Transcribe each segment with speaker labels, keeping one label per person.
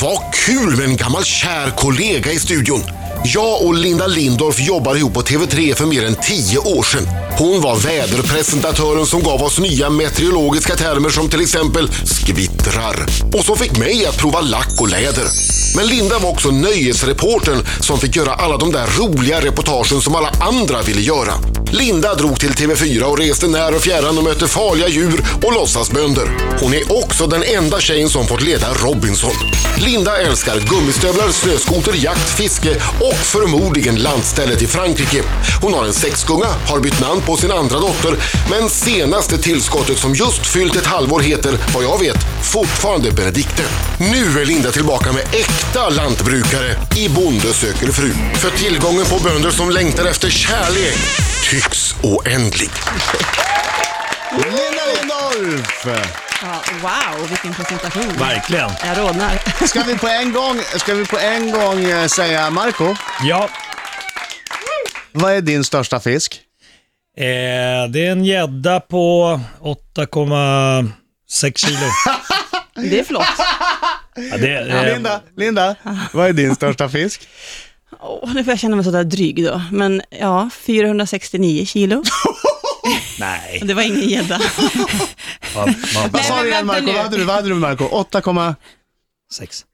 Speaker 1: Vad kul med en gammal kär kollega i studion. Jag och Linda Lindorff jobbade ihop på TV3 för mer än tio år sedan. Hon var väderpresentatören som gav oss nya meteorologiska termer som till exempel skvittrar och som fick mig att prova lack och läder. Men Linda var också nöjesreportern som fick göra alla de där roliga reportagen som alla andra ville göra. Linda drog till TV4 och reste när och fjärran och mötte farliga djur och låtsasbönder. Hon är också den enda tjejen som fått leda Robinson. Linda älskar gummistövlar, snöskoter, jakt, fiske och förmodligen landstället i Frankrike. Hon har en sexgunga, har bytt namn på sin andra dotter, men senaste tillskottet som just fyllt ett halvår heter, vad jag vet, fortfarande Benedikte. Nu är Linda tillbaka med äkta lantbrukare i Bonde söker fru. För tillgången på bönder som längtar efter kärlek tycks oändlig.
Speaker 2: Linda Lindorff!
Speaker 3: Ja, wow, vilken presentation.
Speaker 4: Verkligen.
Speaker 3: Jag rodnar.
Speaker 2: Ska vi på en gång, ska vi på en gång eh, säga Marco,
Speaker 4: Ja,
Speaker 2: vad är din största fisk?
Speaker 4: eh, det är en gädda på 8,6 kilo.
Speaker 3: Det är flott.
Speaker 4: Ja, det, är, eh,
Speaker 2: Linda, Linda, vad är din största fisk?
Speaker 3: Åh, nu får jag känna mig sådär dryg då. Men ja, 469 kilo.
Speaker 4: nej,
Speaker 3: Det var ingen gädda.
Speaker 4: man, man,
Speaker 2: Vad sa du igen
Speaker 3: vänta
Speaker 2: Marco? Vad
Speaker 3: nu.
Speaker 2: hade du, vad hade du Marco? 8,
Speaker 4: sex.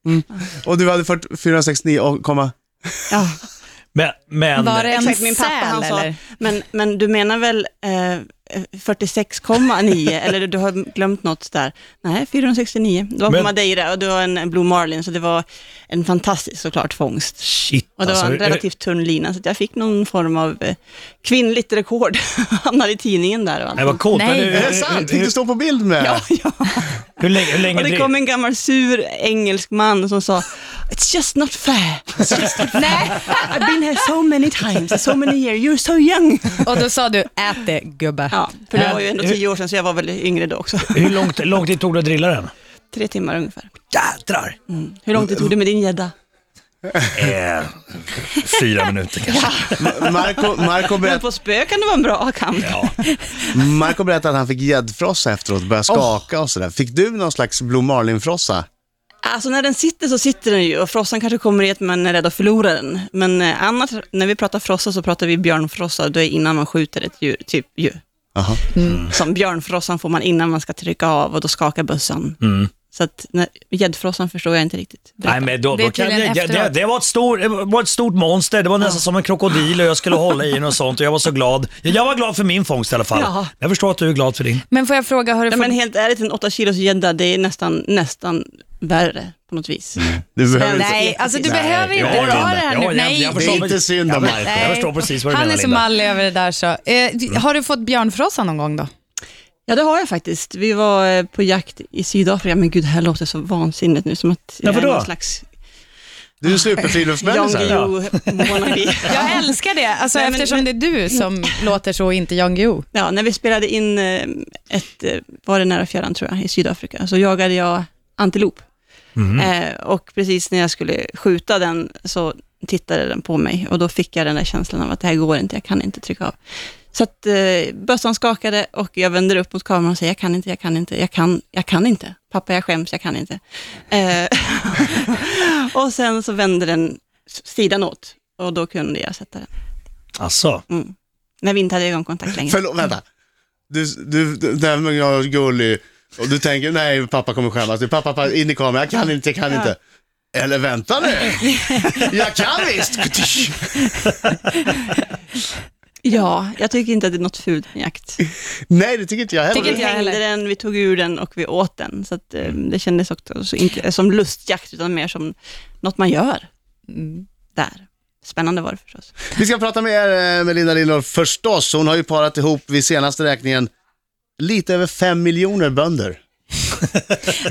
Speaker 2: och du hade 40 469,
Speaker 3: Ja,
Speaker 4: Men, men
Speaker 5: Var det en
Speaker 3: exakt, min pappa han
Speaker 5: säl
Speaker 3: sa,
Speaker 5: eller?
Speaker 3: men, men du menar väl eh, 46,9 eller du har glömt något där? Nej, 469. Det var på
Speaker 4: Men-
Speaker 3: Madeira och du har en Blue Marlin, så det var en fantastisk såklart fångst.
Speaker 4: shit
Speaker 3: Och det
Speaker 4: alltså.
Speaker 3: var en
Speaker 4: eh,
Speaker 3: relativt tunn lina, så att jag fick någon form av eh, kvinnligt rekord. Hamnade i tidningen där och allt.
Speaker 4: Nej, vad coolt.
Speaker 5: Nej.
Speaker 4: men, hur-
Speaker 2: Är det sant? Fick
Speaker 4: Hur,
Speaker 2: du stå på bild med?
Speaker 3: Ja, ja.
Speaker 4: hur länge, hur länge
Speaker 3: Och det
Speaker 4: driv-
Speaker 3: kom en gammal sur engelsk man som sa It's just not fair. It's just not fair. I've been here so many times, so many years, you're so young.
Speaker 5: Och då sa du, ät det gubbe.
Speaker 3: Ja, för det var ju ändå
Speaker 4: Hur-
Speaker 3: tio år sedan så jag var väl yngre då också.
Speaker 4: hur långt, lång tid tog det att drilla den? Mm.
Speaker 3: Tre timmar ungefär.
Speaker 4: Jädrar!
Speaker 3: Hur lång tid tog det med din gädda?
Speaker 4: Eh, fyra minuter kanske.
Speaker 2: Marco, Marco,
Speaker 3: Men
Speaker 2: berätt,
Speaker 3: på spö kan det vara en bra kamp.
Speaker 4: Ja.
Speaker 2: Marco berättade att han fick gäddfrossa efteråt, började skaka och sådär. Fick du någon slags Blue Marlin-frossa?
Speaker 3: Alltså när den sitter så sitter den ju och frossan kanske kommer i att man är rädd att förlora den. Men eh, annars, när vi pratar frossa så pratar vi björnfrossa, då är innan man skjuter ett djur, typ djur.
Speaker 2: Jaha.
Speaker 3: Som björnfrossan får man innan man ska trycka av och då skakar bössan. Så att när- gäddfrossan förstår jag inte riktigt.
Speaker 4: Nej, men då,
Speaker 5: Det är
Speaker 4: då kan
Speaker 5: tydligen
Speaker 4: det, det, det,
Speaker 5: efteråt.
Speaker 4: var ett stor, det var ett stort monster, det var nästan som en krokodil och jag skulle hålla i den och sånt och jag var så glad. Jag var glad för min fångst i alla fall.
Speaker 3: Ja.
Speaker 4: Jag förstår att du är glad för din.
Speaker 5: Men får jag fråga, har du
Speaker 3: Nej,
Speaker 5: fått...
Speaker 3: men helt ärligt, en 8 kilos gädda, det är nästan, nästan värre på något vis.
Speaker 2: Du behöver inte...
Speaker 5: Nej, alltså du behöver
Speaker 4: jag
Speaker 5: inte
Speaker 4: har
Speaker 5: ta det
Speaker 4: den. Jag
Speaker 5: här
Speaker 4: har
Speaker 5: nu.
Speaker 4: den.
Speaker 5: Nej,
Speaker 4: Jag
Speaker 2: Det är
Speaker 4: förstår-
Speaker 2: inte synd om Marco.
Speaker 5: nej.
Speaker 4: Jag Mm. förstår precis vad du
Speaker 5: Han
Speaker 4: menar
Speaker 5: är så
Speaker 4: Linda.
Speaker 5: mallig över det där så. Eh, d- Har du fått björnfrossa någon gång då?
Speaker 3: Ja, det har jag faktiskt. Vi var eh, på jakt i Sydafrika, men gud, det här låter så vansinnigt nu, som att jag
Speaker 4: Varför
Speaker 3: är
Speaker 4: då?
Speaker 3: någon slags
Speaker 2: Du är en
Speaker 3: Jan
Speaker 2: superfriluftsmänniska.
Speaker 3: Guillou-wannabe.
Speaker 5: Jag älskar det, alltså,
Speaker 3: Nej, men-
Speaker 5: eftersom
Speaker 3: men-
Speaker 5: det är du som låter så och inte Jan Guillou.
Speaker 3: Ja, när vi spelade in eh, ett, eh, var det nära fjärran tror jag, i Sydafrika, så jagade jag antilop. Eh, och precis när jag skulle skjuta den så tittade den på mig och då fick jag den där känslan av att det här går inte, jag kan inte trycka av. Så att eh, bössan skakade och jag vänder upp mot kameran och säger jag kan inte, jag kan inte, jag kan, jag kan inte. Pappa jag skäms, jag kan inte. Eh, och sen så vände den s- sidan åt och då kunde jag sätta den.
Speaker 4: Alltså,
Speaker 3: När vi inte hade ögonkontakt längre.
Speaker 2: Förlåt, vänta. Du, du, du nej, men jag är gullig och du tänker nej, pappa kommer skämmas. Du, Pappa, pappa, in i kameran, jag kan inte, jag kan inte. Eller vänta nu, jag kan visst.
Speaker 3: Ja, jag tycker inte att det är något fult med jakt.
Speaker 2: Nej, det tycker inte jag
Speaker 3: Vi
Speaker 2: heller.
Speaker 5: Tycker inte jag
Speaker 3: hängde
Speaker 5: heller. Mm.
Speaker 3: den, vi tog ur den och vi åt den. Så att, eh, det kändes också så inte som lustjakt, utan mer som något man gör.
Speaker 5: Mm.
Speaker 3: Där. Spännande var det förstås.
Speaker 2: Vi ska prata mer eh, med Linda Lindorff förstås. Hon har ju parat ihop vid senaste räkningen lite över fem miljoner bönder.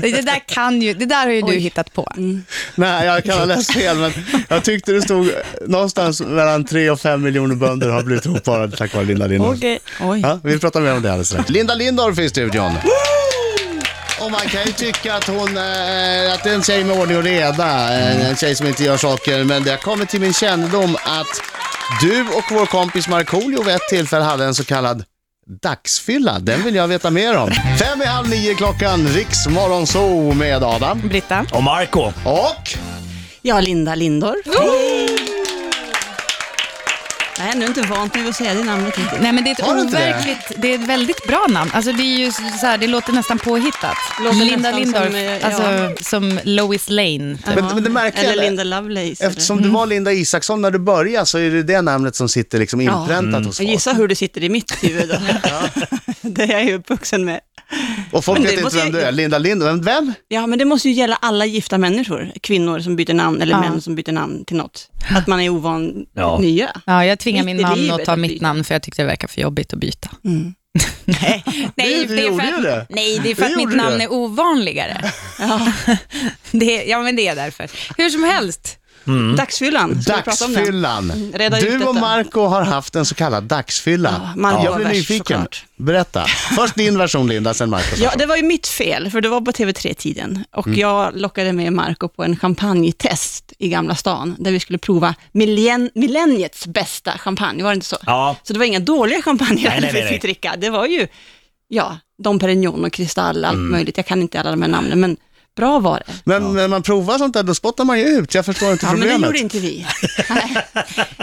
Speaker 5: Det det där, kan ju, det där har ju du hittat på.
Speaker 2: Nej, jag kan ha läst fel, men jag tyckte det stod någonstans mellan tre och fem miljoner bönder har blivit hopparade tack vare Linda Lindorff.
Speaker 3: Oj.
Speaker 2: Ja, vi pratar mer om det alldeles strax. Linda Lindorff är i studion. Och man kan ju tycka att hon eh, att det är en tjej med ordning och reda,
Speaker 3: Mm.
Speaker 2: eh, en tjej som inte gör saker, men det har kommit till min kännedom att du och vår kompis Markoolio vid ett tillfälle hade en så kallad Dagsfylla, den vill jag veta mer om. Fem i halv nio klockan, Riks Morgonzoo med Adam.
Speaker 5: Britta.
Speaker 4: Och Marco
Speaker 2: Och
Speaker 3: Ja, Linda Lindorff. Nej, nu är inte vant med att säga det namnet. Inte.
Speaker 5: Nej, men det är
Speaker 2: Har du
Speaker 5: ett
Speaker 2: inte det?
Speaker 5: overkligt, det? är ett väldigt bra namn. Alltså, det, är ju så här, det låter nästan påhittat.
Speaker 3: Låter
Speaker 5: Linda
Speaker 3: nästan
Speaker 5: Lindorff,
Speaker 3: som, eh, ja.
Speaker 5: alltså som Lois Lane. typ.
Speaker 2: Men- men det märkliga
Speaker 3: Eller
Speaker 2: är-
Speaker 3: Linda Mm. Lovelace.
Speaker 2: eftersom du var Linda Isaksson när du började så är det det namnet som sitter liksom inpräntat hos
Speaker 3: eller...
Speaker 2: folk.
Speaker 3: Gissa hur du sitter i mitt huvud då. det är jag ju uppvuxen med.
Speaker 2: Och folk
Speaker 3: Men
Speaker 2: vet
Speaker 3: det
Speaker 2: inte
Speaker 3: måste
Speaker 2: vem
Speaker 3: jag-
Speaker 2: du är. Linda Lindorff, vem? vem?
Speaker 3: Ja, men det måste ju gälla alla gifta människor. Kvinnor som byter namn eller
Speaker 5: Ja.
Speaker 3: män som byter namn till något. Att man är ovan
Speaker 4: Ja.
Speaker 3: nya.
Speaker 5: Ja, jag tvingar
Speaker 3: Mitt
Speaker 5: min
Speaker 3: i
Speaker 5: man
Speaker 3: livet
Speaker 5: att ta
Speaker 3: att
Speaker 5: mitt
Speaker 3: byta.
Speaker 5: namn för jag tyckte det verkar för jobbigt att byta. nej,
Speaker 2: Det- det Mm. gjorde ju det.
Speaker 5: nej, det är för
Speaker 2: Det
Speaker 5: att mitt
Speaker 2: gjorde
Speaker 5: namn
Speaker 2: det.
Speaker 5: är ovanligare. ja. Det, ja, men det är därför. Hur som helst.
Speaker 4: Mm.
Speaker 3: Dagsfyllan, ska vi prata om den? Mm,
Speaker 2: Dagsfyllan.
Speaker 3: Reda ut
Speaker 2: Du och
Speaker 3: detta.
Speaker 2: Marco har haft en så kallad dagsfylla.
Speaker 3: Ja, Marco
Speaker 2: jag
Speaker 3: var
Speaker 2: blir
Speaker 3: värst,
Speaker 2: nyfiken.
Speaker 3: såklart.
Speaker 2: Berätta. Först din version Linda, sen Marcos
Speaker 3: Ja,
Speaker 2: version.
Speaker 3: det var ju mitt fel, för det var på TV3-tiden. Och
Speaker 4: Mm.
Speaker 3: jag lockade med Marco på en champagnetest i Gamla stan, där vi skulle prova millen- millenniets bästa champagne, var det inte så?
Speaker 4: Ja.
Speaker 3: Så det var inga dåliga
Speaker 4: Nej, nej,
Speaker 3: champagner
Speaker 4: nej,
Speaker 3: vi
Speaker 4: nej.
Speaker 3: fick dricka. Det var ju, ja, Dom Perignon och Kristall,
Speaker 4: Mm.
Speaker 3: allt möjligt. Jag kan inte alla de här namnen, men bra var det.
Speaker 2: Men när man provar sånt där, då spottar man ju ut. Jag förstår inte
Speaker 3: Ja, men
Speaker 2: problemet.
Speaker 3: det gjorde inte vi.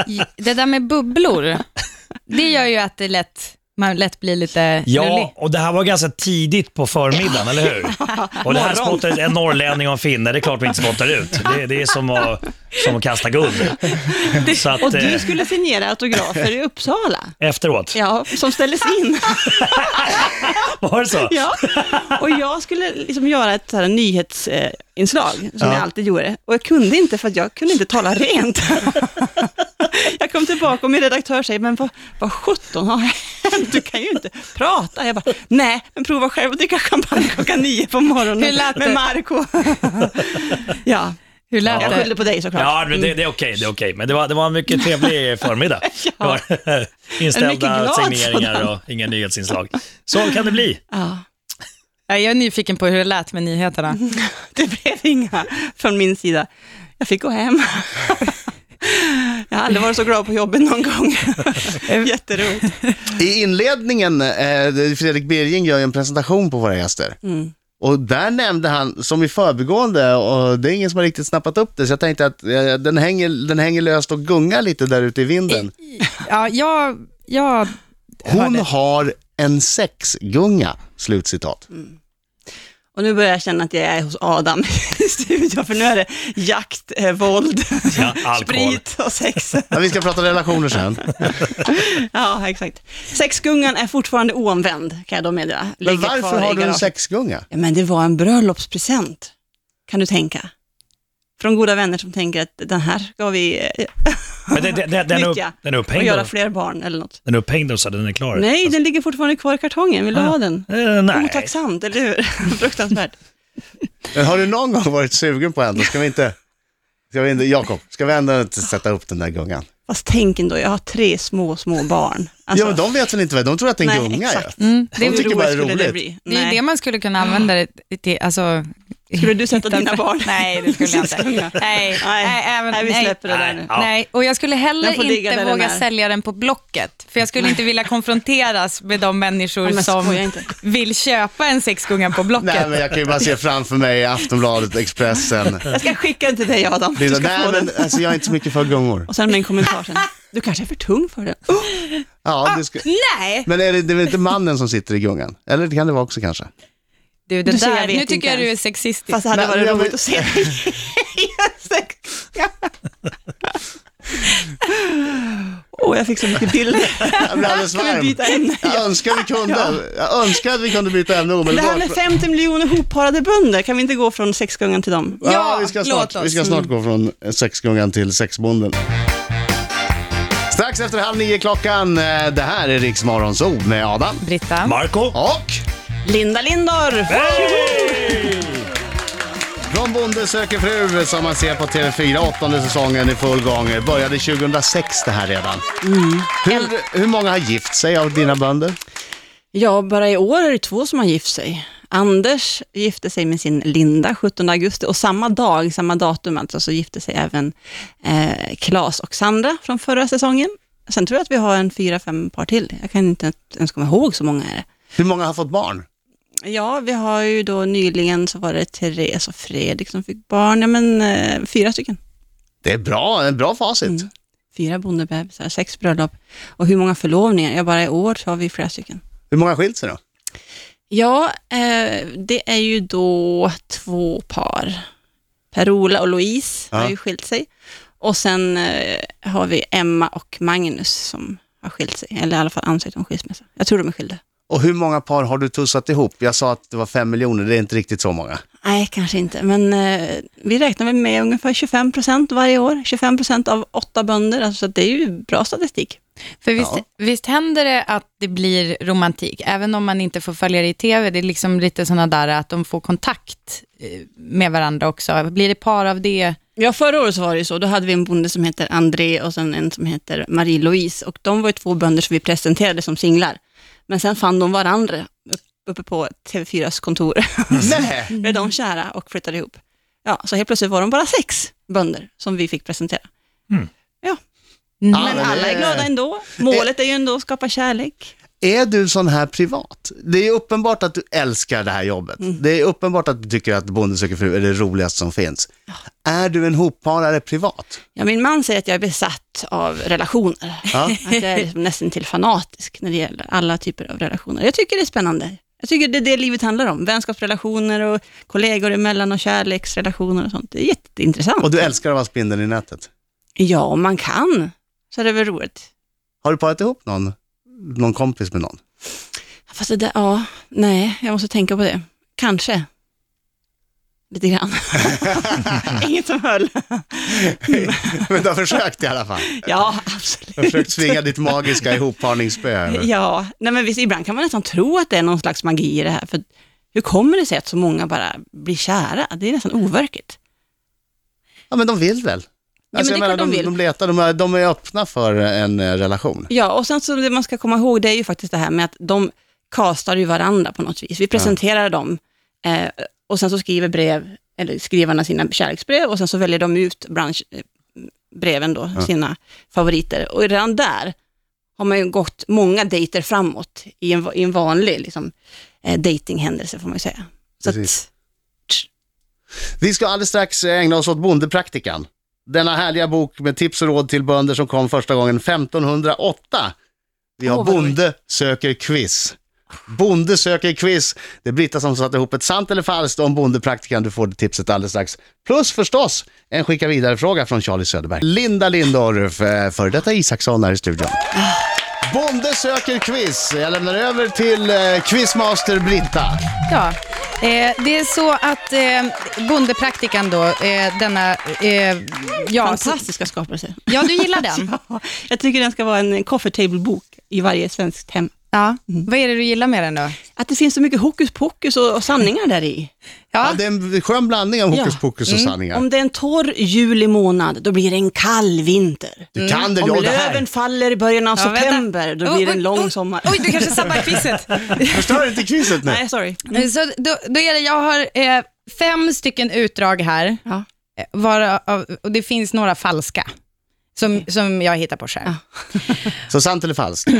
Speaker 3: Nej.
Speaker 5: Det där med bubblor, det gör ju att det lätt, man lätt blir lite lullig.
Speaker 4: Ja, och det här var ganska tidigt på förmiddagen, eller hur? Och det här spottar ut en norrlänning och en finne, det är klart vi inte spottar ut. Det, det är som att, som att kasta guld. Så att,
Speaker 3: Och du
Speaker 4: eh,
Speaker 3: skulle signera autografer i Uppsala,
Speaker 4: efteråt,
Speaker 3: ja, som ställdes in.
Speaker 4: var det så?
Speaker 3: Ja, och jag skulle liksom göra ett så här nyhetsinslag, som jag alltid gjorde. Och jag kunde inte, för att jag kunde inte tala rent. Jag kom tillbaka och min redaktör säger, men vad, vad sjutton har hänt? Du kan ju inte prata. Jag bara, nej, men prova själv att dricka champagne klockan nio på morgonen
Speaker 5: Hur lät
Speaker 3: med
Speaker 5: det?
Speaker 3: Marco Ja,
Speaker 5: Hur lät
Speaker 3: jag
Speaker 5: det?
Speaker 3: skyllde på dig såklart.
Speaker 4: Ja, men det, det är okej, det är okej. Men det var, det var en mycket trevlig förmiddag. Det var
Speaker 3: En mycket
Speaker 4: Inställda
Speaker 3: glad
Speaker 4: signeringar och inga nyhetsinslag. Så kan det bli.
Speaker 3: Ja,
Speaker 5: Ja, Jag är nyfiken på hur det lät med nyheterna.
Speaker 2: Mm.
Speaker 3: det blev inga från min sida. Jag fick gå hem. Jag har aldrig varit så glad på jobbet någon gång. Jätteroligt.
Speaker 2: I inledningen, eh, Fredrik Birging gör ju en presentation på våra gäster.
Speaker 3: Mm.
Speaker 2: Och där nämnde han, som i förbigående, och det är ingen som har riktigt snappat upp det, så jag tänkte att eh, den, hänger, den hänger löst och gungar lite där ute i vinden.
Speaker 5: Ja, jag, jag
Speaker 2: Hon har en sexgunga, slutcitat.
Speaker 3: Och nu börjar jag känna att jag är hos Adam i studion, för nu är det jakt, eh, våld,
Speaker 4: Ja, alkohol.
Speaker 3: sprit och sex.
Speaker 2: Ja, vi ska prata relationer sen.
Speaker 3: Ja, exakt. Sexgungan är fortfarande oomvänd, kan jag då meddela.
Speaker 2: Men
Speaker 3: Ligger
Speaker 2: varför
Speaker 3: kvar
Speaker 2: har
Speaker 3: i
Speaker 2: du en
Speaker 3: garaget.
Speaker 2: sexgunga?
Speaker 3: Ja, men det var en bröllopspresent, kan du tänka. Från goda vänner som tänker att den här ska vi eh,
Speaker 4: Men det, det, det, den, är upp,
Speaker 3: nyttja
Speaker 4: den är
Speaker 3: och
Speaker 4: upphängd
Speaker 3: göra
Speaker 4: då?
Speaker 3: fler barn eller något.
Speaker 4: Den är upphängd då, så den är klar?
Speaker 3: Nej, den ligger fortfarande kvar i kartongen. Vill du
Speaker 2: Ah.
Speaker 3: ha den?
Speaker 4: Eh, nej.
Speaker 3: Otacksamt, eller hur? Fruktansvärt.
Speaker 2: Men har du någon gång varit sugen på en? Då ska vi inte... Ska vi inte Jakob, ska vi ändå inte sätta upp den där gungan?
Speaker 3: Fast tänk ändå, jag har tre små, små barn. Alltså,
Speaker 2: ja, men de vet väl inte vad de tror att det är en
Speaker 3: nej,
Speaker 2: gunga ju.
Speaker 3: exakt.
Speaker 5: Mm, det,
Speaker 2: De
Speaker 5: är-
Speaker 2: tycker
Speaker 3: Hur
Speaker 2: bara det är
Speaker 3: roligt skulle
Speaker 2: roligt.
Speaker 3: det bli?
Speaker 5: det är ju
Speaker 3: Nej.
Speaker 5: det man skulle kunna använda det till. Alltså,
Speaker 3: Skulle du sätta dina
Speaker 5: utanför-
Speaker 3: barn?
Speaker 5: Nej, det skulle jag inte.
Speaker 3: Sexgunga.
Speaker 5: Nej,
Speaker 3: Nej.
Speaker 5: nej, även,
Speaker 3: Nej, vi
Speaker 5: nej.
Speaker 3: släpper det där
Speaker 4: Nej.
Speaker 3: nu.
Speaker 4: Ja.
Speaker 5: Nej, och jag skulle
Speaker 3: Den får
Speaker 5: heller
Speaker 3: ligga där
Speaker 5: inte
Speaker 3: den
Speaker 5: våga
Speaker 3: är.
Speaker 5: sälja den på Blocket, för jag skulle inte vilja konfronteras med de människor
Speaker 3: Ja, men skoja
Speaker 5: som
Speaker 3: inte.
Speaker 5: vill köpa en sexgunga på Blocket.
Speaker 2: Nej, men jag kan ju bara se framför mig Aftonbladet, Expressen.
Speaker 3: Jag ska skicka den till dig Adam.
Speaker 2: Det
Speaker 3: Du
Speaker 2: är så,
Speaker 3: ska
Speaker 2: nej,
Speaker 3: få den.
Speaker 2: men alltså, jag är inte så mycket för gungor.
Speaker 3: Och sen med en kommentar sen. Du kanske är för tung för den. Oh,
Speaker 2: Ja, du ska...
Speaker 5: Nej,
Speaker 2: Men är det, det är väl inte mannen som sitter i gungan? Eller det kan det vara också kanske?
Speaker 5: du, det
Speaker 3: Du ser, jag
Speaker 5: där,
Speaker 3: vet
Speaker 5: nu tycker
Speaker 3: inte
Speaker 5: jag du är
Speaker 3: ens.
Speaker 5: sexistisk.
Speaker 3: fast det hade
Speaker 2: Men-
Speaker 3: varit
Speaker 2: ja, men-
Speaker 3: roligt att se dig i en sexgunga. Åh, jag fick så mycket bilder.
Speaker 2: Jag blir alldeles
Speaker 3: Kan vi
Speaker 2: varm.
Speaker 3: byta ämne?
Speaker 2: Jag önskar vi kunde, jag önskar att vi kunde byta ämne
Speaker 3: Det här
Speaker 2: omedelbart.
Speaker 3: med 50 miljoner hopparade bönder, kan vi inte gå från sexgungan till dem?
Speaker 2: Ja,
Speaker 5: Ja,
Speaker 2: vi ska,
Speaker 5: låt
Speaker 2: snart, vi ska
Speaker 5: oss. Mm.
Speaker 2: snart gå från sexgungan till sexbonden. Strax efter halv nio klockan, eh, det här är Riks Morgonzoo med Adam
Speaker 5: Britta.
Speaker 4: Marco?
Speaker 2: och
Speaker 3: Linda Lindorff!
Speaker 2: Från Bonde söker fru som man ser på TV4, åttonde säsongen i full gång. Började 2006 det här redan.
Speaker 5: Mm.
Speaker 2: Hur, hur många har gift sig av dina bönder?
Speaker 3: Ja, bara i år är det två som har gift sig. Anders gifte sig med sin Linda 17 augusti och samma dag, samma datum alltså, så gifte sig även eh, Klas och Sandra från förra säsongen. Sen tror jag att vi har en fyra, fem par till. Jag kan inte ens komma ihåg så många är det.
Speaker 2: Hur många har fått barn?
Speaker 3: Ja, vi har ju då nyligen så var det Therese och Fredrik som fick barn. Ja, men eh, fyra stycken.
Speaker 2: Det är bra, en bra facit.
Speaker 3: Mm. Fyra bondebebisar, sex bröllop. Och hur många förlovningar? Ja, bara i år så har vi flera stycken.
Speaker 2: Hur många har skilt sig då?
Speaker 3: Ja, eh, det är ju då två par. Per-Ola och Louise
Speaker 2: Ja.
Speaker 3: har ju skilt sig. Och sen eh, har vi Emma och Magnus som har skilt sig, eller i alla fall ansökt om skilsmässa. Jag tror de är skilda.
Speaker 2: Och hur många par har du tussat ihop? Jag sa att det var fem miljoner, det är inte riktigt så många.
Speaker 3: Nej, kanske inte, men eh, vi räknar väl med ungefär 25 procent varje år. 25 procent av åtta bönder, alltså så att det är ju bra statistik.
Speaker 5: För visst,
Speaker 2: Ja.
Speaker 5: visst händer det att det blir romantik, även om man inte får följa det i tv? Det är liksom lite sådana där att de får kontakt eh, med varandra också. Blir det par av det?
Speaker 3: Ja, förra året så var det ju så. Då hade vi en bonde som heter André och sen en som heter Marie-Louise. Och de var ju två bönder som vi presenterade som singlar. Men sen fann de varandra upp- uppe på TV4s kontor.
Speaker 2: Nej.
Speaker 3: Blev de kära och flyttade ihop. Ja, så helt plötsligt var de bara sex bönder som vi fick presentera.
Speaker 5: Mm.
Speaker 2: Ja,
Speaker 3: Men
Speaker 2: men
Speaker 3: alla
Speaker 2: det-
Speaker 3: är glada ändå. Målet är ju ändå att skapa kärlek.
Speaker 2: Är du sån här privat? Det är uppenbart att du älskar det här jobbet.
Speaker 3: Mm.
Speaker 2: Det är uppenbart att du tycker att Bonde söker fru är det roligaste som finns. Är du en hopparare privat?
Speaker 3: Ja, min man säger att jag är besatt av relationer.
Speaker 2: Ja.
Speaker 3: Att jag är liksom nästan till fanatisk när det gäller alla typer av relationer. Jag tycker det är spännande. Jag tycker det är det livet handlar om. Vänskapsrelationer och kollegor emellan och kärleksrelationer och sånt. Det är jätteintressant.
Speaker 2: Och du älskar att vara spindeln i nätet.
Speaker 3: Ja, om man kan så är det väl roligt.
Speaker 2: Har du parat ihop någon, någon kompis med någon?
Speaker 3: Fast det där, ja, nej, jag måste tänka på det. Kanske. Lite grann. Inget som höll.
Speaker 2: Men du har försökt i alla fall.
Speaker 3: Ja,
Speaker 2: Du har
Speaker 3: absolut.
Speaker 2: försökt svinga ditt magiska ihopparningsspö. över.
Speaker 3: Ja, nej men visst, ibland kan man nästan tro att det är någon slags magi i det här. För hur kommer det sig att så många bara blir kära? Det är nästan overkligt.
Speaker 2: Ja, men de vill väl? Alltså,
Speaker 3: men det är
Speaker 2: jag menar,
Speaker 3: klart de
Speaker 2: de,
Speaker 3: vill.
Speaker 2: de letar, de är, de är öppna för en eh, relation.
Speaker 3: Ja, och sen så det man ska komma ihåg det är ju faktiskt det här med att de kastar ju varandra på något vis. Vi presenterar dem eh, och sen så skriver brev, eller skrivarna sina kärleksbrev och sen så väljer de ut bransch, eh, breven då, sina favoriter. Och redan där har man ju gått många dejter framåt i en, va- i en vanlig liksom, eh, datinghändelse får man ju säga. Så
Speaker 2: Precis.
Speaker 3: att,
Speaker 2: Vi ska alldeles strax eh, ägna oss åt Bondepraktikan. Denna härliga bok med tips och råd till bönder som kom första gången 1508. Vi har
Speaker 3: Åh, vad roligt.
Speaker 2: Bonde söker quiz. Bonde söker quiz. Det är Britta som satte ihop ett sant eller falskt om Bondepraktikan. Du får det tipset alldeles strax. Plus förstås en skicka vidare-fråga från Charlie Söderberg. Linda Lindorff, eh, före detta Isaksson här i studion. Bonde söker quiz. Jag lämnar över till eh, quizmaster Britta.
Speaker 5: Ja, eh, det är så att eh, bondepraktikan då, eh, denna... Eh, ja, så,
Speaker 3: fantastiska skapelser.
Speaker 5: ja, du gillar den?
Speaker 3: Jag tycker den ska vara en coffee table-bok i varje svenskt hem.
Speaker 5: Ja.
Speaker 3: Mm.
Speaker 5: Vad är det du gillar med den då?
Speaker 3: Att det finns så mycket hokus pokus och, och sanningar där i.
Speaker 5: Ja,
Speaker 2: Ja, det är en skön blandning av
Speaker 3: Ah. Ja. Mm.
Speaker 2: hokus pokus och sanningar.
Speaker 3: Om det är en torr juli månad, då blir det en kall vinter.
Speaker 2: Du kan det,
Speaker 3: Mm. Om
Speaker 2: ja, det
Speaker 3: löven
Speaker 2: här.
Speaker 3: faller i början av
Speaker 5: Ja, vänta. Oh,
Speaker 3: september, då
Speaker 5: Oj,
Speaker 3: blir det en
Speaker 5: oj,
Speaker 3: lång
Speaker 5: oj,
Speaker 3: sommar.
Speaker 5: Oj, du kanske sabbar quizet.
Speaker 2: Förstör inte quizet nu.
Speaker 3: Nej, sorry.
Speaker 5: Så då, då är det, jag har eh, fem stycken utdrag här,
Speaker 3: Ja.
Speaker 5: eh, varav, och det finns några falska, som, som jag hittar på själv.
Speaker 2: Så sant eller falskt?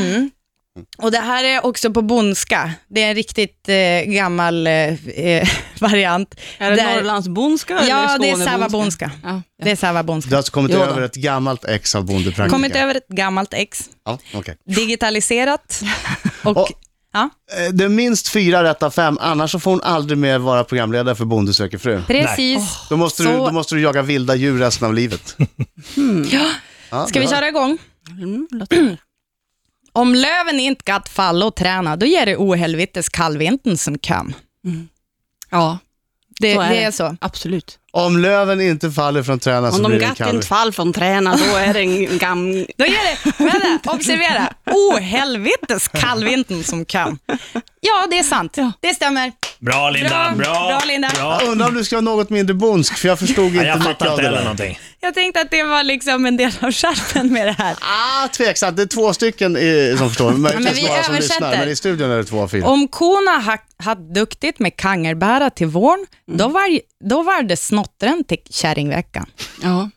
Speaker 5: Och det här är också på bondska. Det är en riktigt eh, gammal eh, eh, variant.
Speaker 3: Är det
Speaker 5: Där-
Speaker 3: Norrlandsbonska eller
Speaker 5: Ja, det är
Speaker 3: Skånebonska?
Speaker 5: savabonska.
Speaker 3: Ja.
Speaker 5: Det är
Speaker 2: Du har
Speaker 5: savabonska.
Speaker 2: alltså kommit
Speaker 3: Jo då.
Speaker 2: över ett gammalt ex av bondepraktiker?
Speaker 5: Kommit över ett gammalt ex,
Speaker 2: Ja, okej.
Speaker 5: digitaliserat och...
Speaker 2: Och-
Speaker 5: Ja,
Speaker 2: Eh, Det är minst fyra rätt av fem, annars så får hon aldrig mer vara programledare för Bonde söker fru.
Speaker 5: precis.
Speaker 2: Då måste, du,
Speaker 5: Så-
Speaker 2: då måste du jaga vilda djur resten av livet.
Speaker 5: Ja.
Speaker 2: Ja,
Speaker 5: Ska vi
Speaker 2: bra.
Speaker 5: köra igång?
Speaker 3: Mm, låt oss-
Speaker 5: Om löven inte kan falla och träna, då ger det ohelvetes kallvintern som kan.
Speaker 3: ja,
Speaker 5: Det,
Speaker 3: Så är
Speaker 5: det
Speaker 3: det.
Speaker 5: är så.
Speaker 3: absolut.
Speaker 2: Om löven inte faller från träna så
Speaker 3: Om
Speaker 2: blir
Speaker 3: de
Speaker 2: det en
Speaker 3: gatt
Speaker 2: kalv.
Speaker 3: inte fall från träna, då är det en gammal...
Speaker 5: Då ger det, vänta, observera, ohelvetes kallvintern som kan. Ja, det är sant. Det stämmer.
Speaker 4: Bra Linda, bra!
Speaker 5: Bra, bra, Linda.
Speaker 4: Bra.
Speaker 2: Jag undrar om du ska vara något mindre bondsk, för jag förstod inte
Speaker 4: Nej, jag
Speaker 2: mycket
Speaker 4: fattar
Speaker 2: av
Speaker 4: inte
Speaker 2: det
Speaker 4: heller
Speaker 2: där.
Speaker 4: någonting.
Speaker 5: Jag tänkte att det var liksom en del av charmen med det här.
Speaker 2: Ah, tveksamt. Det är två stycken eh, som förstår, möjligtvis
Speaker 5: vi
Speaker 2: några som lyssnar,
Speaker 5: översätter.
Speaker 2: men i studion är det två av fyra.
Speaker 5: Om korna ha- hade duktigt med kangerbära till våren, då var, då var det snottren till kärringveckan.
Speaker 3: Ja.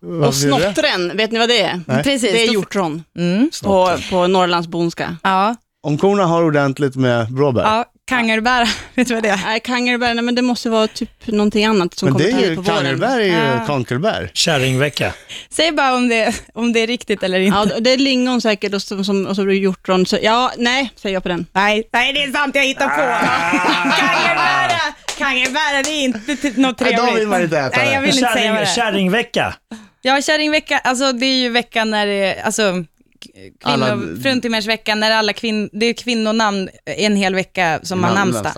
Speaker 2: Varför
Speaker 3: Och
Speaker 2: gjorde du det?
Speaker 3: snottren, vet ni vad det är?
Speaker 5: Precis.
Speaker 3: Det är
Speaker 5: då-
Speaker 3: hjortron
Speaker 5: Mm.
Speaker 3: på, på norrlandsbonska.
Speaker 5: Ja,
Speaker 2: Om korna har ordentligt med blåbär.
Speaker 5: ja kangaruberg, vet du vad det är?
Speaker 3: Nej, kangarebär, nej men det måste vara typ någonting annat som
Speaker 2: Men det
Speaker 3: kommer
Speaker 2: är
Speaker 3: hit
Speaker 2: ju,
Speaker 3: på våren.
Speaker 2: kanelbär är ju
Speaker 5: Ah.
Speaker 2: konkelbär.
Speaker 4: Kärringvecka.
Speaker 5: Säg bara om det, om det är riktigt eller inte.
Speaker 3: Ja, det är lingon säkert och så, som, och så blir det hjortron. Så, ja, nej, säger jag på den.
Speaker 5: Nej, nej, det är sant, jag hittar på. Kangaruberg, kangaruberg, det är inte t- något
Speaker 2: Ah. Nej,
Speaker 5: trevligt.
Speaker 2: de vill man inte äta.
Speaker 5: Nej, jag vill inte säga
Speaker 4: Kärring,
Speaker 5: vad det är.
Speaker 4: kärringvecka.
Speaker 5: Ja, kärringvecka, alltså det är ju veckan när det är, alltså, k-
Speaker 2: Alla-
Speaker 5: kvinnor, fruntimmersveckan, när alla kvinn, det är kvinnonamn en hel vecka som har namnsdag.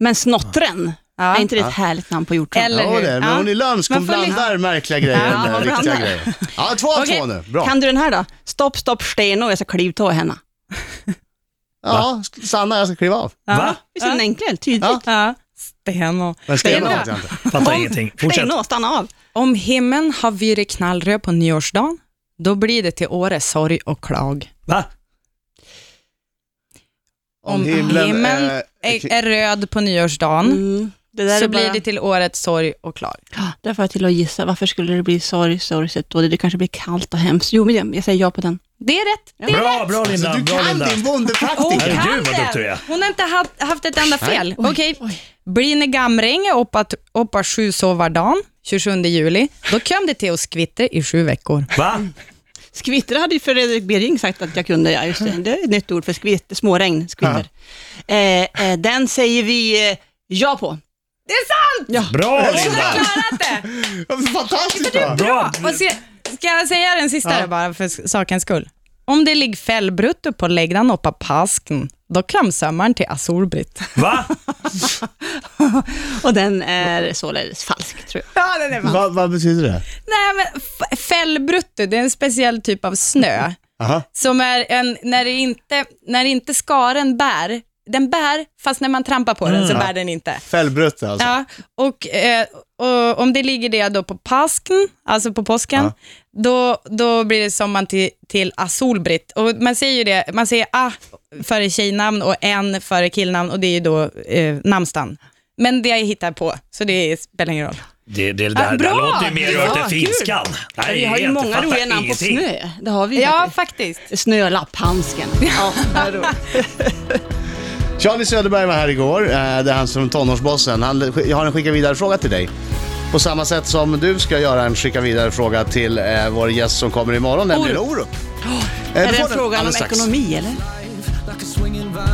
Speaker 3: Men snottren,
Speaker 5: Ja.
Speaker 3: är inte det ett härligt namn på hjortron?
Speaker 5: Eller-
Speaker 2: Ja, det är, men
Speaker 5: Ja.
Speaker 2: hon är lömsk. Hon
Speaker 5: Man får li-
Speaker 2: blandar märkliga grejer
Speaker 5: Ja,
Speaker 2: med
Speaker 5: hon
Speaker 2: riktiga
Speaker 5: blandar.
Speaker 2: grejer. Ja, två av två
Speaker 5: Okej,
Speaker 2: nu. Bra.
Speaker 3: Kan du den här då? Stopp, stopp, Steno, jag ska klivta henne.
Speaker 2: Ja, Sanna, jag ska kliva av.
Speaker 4: Va?
Speaker 3: Visst är den enkel? Tydligt.
Speaker 2: Ja.
Speaker 5: Ja, Steno.
Speaker 2: Men
Speaker 3: är
Speaker 2: Stena
Speaker 3: bra.
Speaker 2: vet jag inte.
Speaker 4: Fattar ingenting. Fortsätt.
Speaker 3: Steno, stanna av.
Speaker 5: Om himlen har varit knallröd på nyårsdagen, då blir det till årets sorg och klag.
Speaker 4: Va?
Speaker 5: Om himlen
Speaker 2: eh,
Speaker 5: är, är, röd på nyårsdagen,
Speaker 3: Mm. Det där
Speaker 5: så
Speaker 3: är bara...
Speaker 5: blir det till årets sorg och klag.
Speaker 3: Ah, Där får jag till att gissa. Varför skulle det bli sorg, sorgset då? Det kanske blir kallt och hemskt. Jo, men jag- jag säger ja på den.
Speaker 5: Det är rätt. Det är
Speaker 4: Bra, bra
Speaker 2: Alltså,
Speaker 4: Linda.
Speaker 2: du
Speaker 4: bra,
Speaker 2: kan
Speaker 4: Linda.
Speaker 2: din
Speaker 5: Hon
Speaker 2: bondepraktiker.
Speaker 5: kan
Speaker 4: Herregud, vad
Speaker 5: den.
Speaker 4: duktig du är.
Speaker 5: Hon har inte haft, haft ett enda fel. Okej. Blir ni gamringe och oppa, oppa sju sovardagen, 27 juli, då kom det till att skvittra i sju veckor.
Speaker 4: Va?
Speaker 3: Skvitter hade ju Fredrik Bering sagt att jag kunde, ja just det, det är ett nytt ord för skvitter, småregn, skvitter. Eh, eh, den säger vi eh, ja på.
Speaker 5: Det är sant!
Speaker 4: Bra
Speaker 5: Hon har
Speaker 4: Linda.
Speaker 5: klarat det!
Speaker 2: Fantastiskt bra.
Speaker 4: Bra.
Speaker 5: Och se, ska jag säga den sista där bara för sakens skull? Om det ligger fällbrutto på läggdan oppa pasken, då kom sommaren till azurbritt.
Speaker 4: Va?
Speaker 3: Och den är således falsk tror jag.
Speaker 5: Ja, den är
Speaker 2: Va, vad betyder det?
Speaker 5: Nej, men f- fällbrutto, det är en speciell typ av snö.
Speaker 2: Aha.
Speaker 5: som är en, när, det inte, när det inte skaren bär, den bär, fast när man trampar på den så bär den inte.
Speaker 2: Fällbrutt alltså.
Speaker 5: Ja, och, eh, och om det ligger det då på pasken, alltså på påsken,
Speaker 2: Ja.
Speaker 5: då, då blir det sommaren till, till asolbritt. Och man säger ju det, man säger a före tjejnamn och en före killnamn och det är ju då eh, namnsdagen. Men det jag hittar på, så det spelar ingen roll.
Speaker 4: Det, det, det, här- det
Speaker 5: bra!
Speaker 4: här låter ju mer rört
Speaker 3: Ja,
Speaker 4: än
Speaker 3: kul.
Speaker 4: finskan. Nej,
Speaker 3: vi har ju
Speaker 4: jag
Speaker 3: många
Speaker 4: fattar
Speaker 3: roliga namn på
Speaker 4: ingenting.
Speaker 3: snö. Det har vi ju
Speaker 5: Ja,
Speaker 3: faktiskt.
Speaker 5: faktiskt.
Speaker 3: Snölapphandsken. Ja, vad roligt.
Speaker 2: Charlie Söderberg var här igår. Eh, Det är han som är tonårsbossen. Han, jag har en skicka vidare-fråga till dig. På samma sätt som du ska göra en skicka vidare-fråga till eh, vår gäst som kommer imorgon, nämligen Orup. Eh,
Speaker 3: Oh, är
Speaker 2: du
Speaker 3: det
Speaker 2: får den
Speaker 3: frågan om
Speaker 2: alldeles strax.
Speaker 3: ekonomi eller?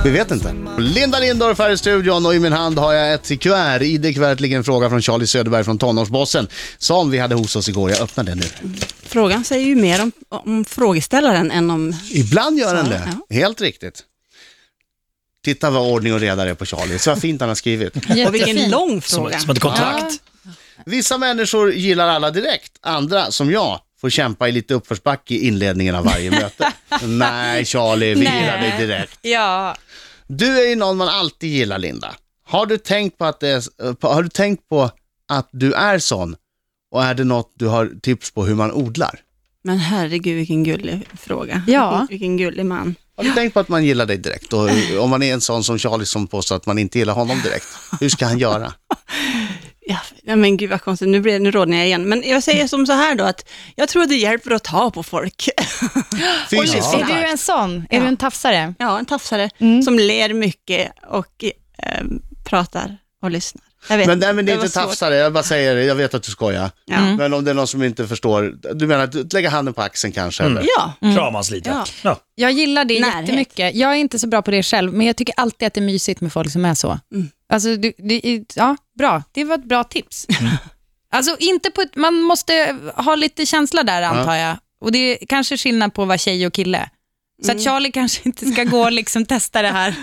Speaker 2: Vi vet inte. Linda Lindorff här i studion och i min hand har jag ett kuvert. I det kuvertet ligger en fråga från Charlie Söderberg från tonårsbossen som vi hade hos oss igår. Jag öppnar den nu.
Speaker 3: Frågan säger ju mer om, om frågeställaren än om...
Speaker 2: Ibland gör den
Speaker 3: Så,
Speaker 2: det. Helt riktigt. Titta vad ordning och reda det är på Charlie. Så vad fint han har skrivit.
Speaker 3: Och vilken lång
Speaker 4: Som,
Speaker 3: fråga.
Speaker 4: som ett kontrakt.
Speaker 2: Vissa människor gillar alla direkt, andra som jag får kämpa i lite uppförsbacke i inledningen av varje möte. Nej, Charlie, vi
Speaker 5: Nej.
Speaker 2: gillar dig direkt.
Speaker 5: Ja.
Speaker 2: Du är ju någon man alltid gillar, Linda. Har du tänkt på att, det är, eh, på, har du tänkt på att du är sån? Och är det något du har tips på hur man odlar?
Speaker 3: Men herregud vilken gullig fråga.
Speaker 5: Ja.
Speaker 3: Vilken, vilken gullig man.
Speaker 2: Har du tänkt på att man gillar dig direkt? Och eh, om man är en sån som Charlie som påstår att man inte gillar honom direkt, hur ska han göra?
Speaker 3: Ja, nej men gud vad konstigt, nu, blir, nu rodnar jag igen. Men jag säger som så här då, att jag tror det hjälper att ta på folk.
Speaker 2: Fysisk
Speaker 5: Är du
Speaker 2: kontakt.
Speaker 5: en sån? Är du en tafsare?
Speaker 3: Ja, en tafsare som ler mycket och eh, pratar och lyssnar. Jag vet
Speaker 2: Men, nej, men det är
Speaker 3: var
Speaker 2: inte
Speaker 3: svårt.
Speaker 2: tafsare, jag bara säger det, jag vet att du skojar. Mm.
Speaker 3: Ja. Mm.
Speaker 2: Men om det är någon som inte förstår, du menar att lägga handen på axeln kanske?
Speaker 4: Mm.
Speaker 2: Eller?
Speaker 3: ja,
Speaker 4: Kramas lite.
Speaker 3: Ja.
Speaker 4: Ja.
Speaker 5: Jag gillar det
Speaker 3: Närhet.
Speaker 5: jättemycket. Jag är inte så bra på det själv, men jag tycker alltid att det är mysigt med folk som är så. Alltså, det, det, är- ja, bra. Det var ett bra tips. Alltså, inte på ett, man måste ha lite känsla där, antar jag. Och det är kanske skillnad på att vara tjej och kille. Så att Charlie kanske inte ska gå och liksom testa det här.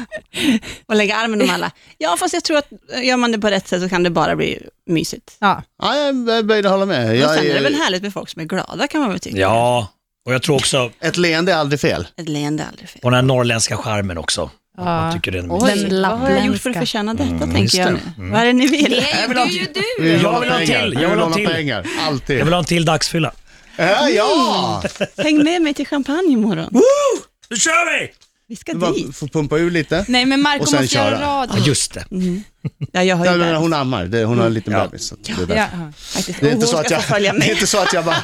Speaker 3: och lägga armen om alla. Ja, fast jag tror att gör man det på rätt sätt så kan det bara bli mysigt.
Speaker 5: Ja.
Speaker 2: Ja, jag är böjd att hålla med.
Speaker 3: Och
Speaker 2: Jag
Speaker 3: sen är det
Speaker 2: är,
Speaker 3: väl härligt med folk som är glada kan man väl tycka.
Speaker 4: ja, och jag tror också
Speaker 2: ett leende är aldrig fel.
Speaker 3: Ett leende är aldrig fel.
Speaker 4: på den här norrländska charmen också.
Speaker 5: Ja.
Speaker 4: Jag tycker den är
Speaker 5: Oj.
Speaker 4: mysig.
Speaker 5: Den
Speaker 3: vad har jag gjort för att
Speaker 5: lappländska.
Speaker 3: förtjäna detta,
Speaker 5: Mm,
Speaker 4: just
Speaker 3: tänker jag nu.
Speaker 4: det.
Speaker 3: Vad är det ni vill?
Speaker 5: Det är ju du, ju du.
Speaker 2: Vi
Speaker 4: Jag vill ha
Speaker 2: låna
Speaker 4: en
Speaker 2: pengar.
Speaker 4: till,
Speaker 2: Vi
Speaker 4: jag vill ha
Speaker 2: låna
Speaker 4: en till.
Speaker 2: pengar, alltid.
Speaker 4: Jag vill ha en till dagsfylla.
Speaker 2: Ja, ja!
Speaker 3: Mm. Häng med mig till champagne imorgon.
Speaker 4: Nu kör vi!
Speaker 3: Vi ska
Speaker 2: Du bara
Speaker 3: dit.
Speaker 2: får pumpa ur lite.
Speaker 5: Nej, men Marco
Speaker 2: Och sen
Speaker 5: måste göra
Speaker 2: köra.
Speaker 5: radio.
Speaker 4: Ja, just det.
Speaker 3: Ja, jag har
Speaker 2: Jag menar,
Speaker 3: ju bebis
Speaker 2: hon ammar, det, hon har en liten bebis. så Det är, därför.
Speaker 5: Ja.
Speaker 3: faktiskt.
Speaker 2: det är
Speaker 3: Och
Speaker 2: inte
Speaker 3: hon
Speaker 2: så att
Speaker 3: ska
Speaker 2: jag,
Speaker 3: få följa
Speaker 2: det är
Speaker 3: med.
Speaker 2: inte så att jag bara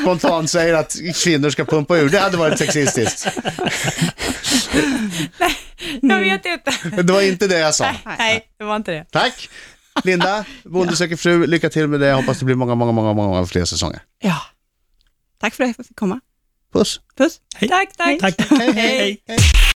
Speaker 2: spontant säger att kvinnor ska pumpa ur. Det hade varit sexistiskt.
Speaker 5: Jag vet inte.
Speaker 2: Det var inte det jag sa.
Speaker 5: Nej, det var inte det.
Speaker 2: Tack! Linda, Bonde söker fru, lycka till med det. Jag hoppas det blir många, många, många, många fler säsonger.
Speaker 3: Ja. Tack för att jag fick komma.
Speaker 2: Puss!
Speaker 3: Puss.
Speaker 5: Tack, tack.
Speaker 4: Tack.
Speaker 5: Hej.
Speaker 2: Hej.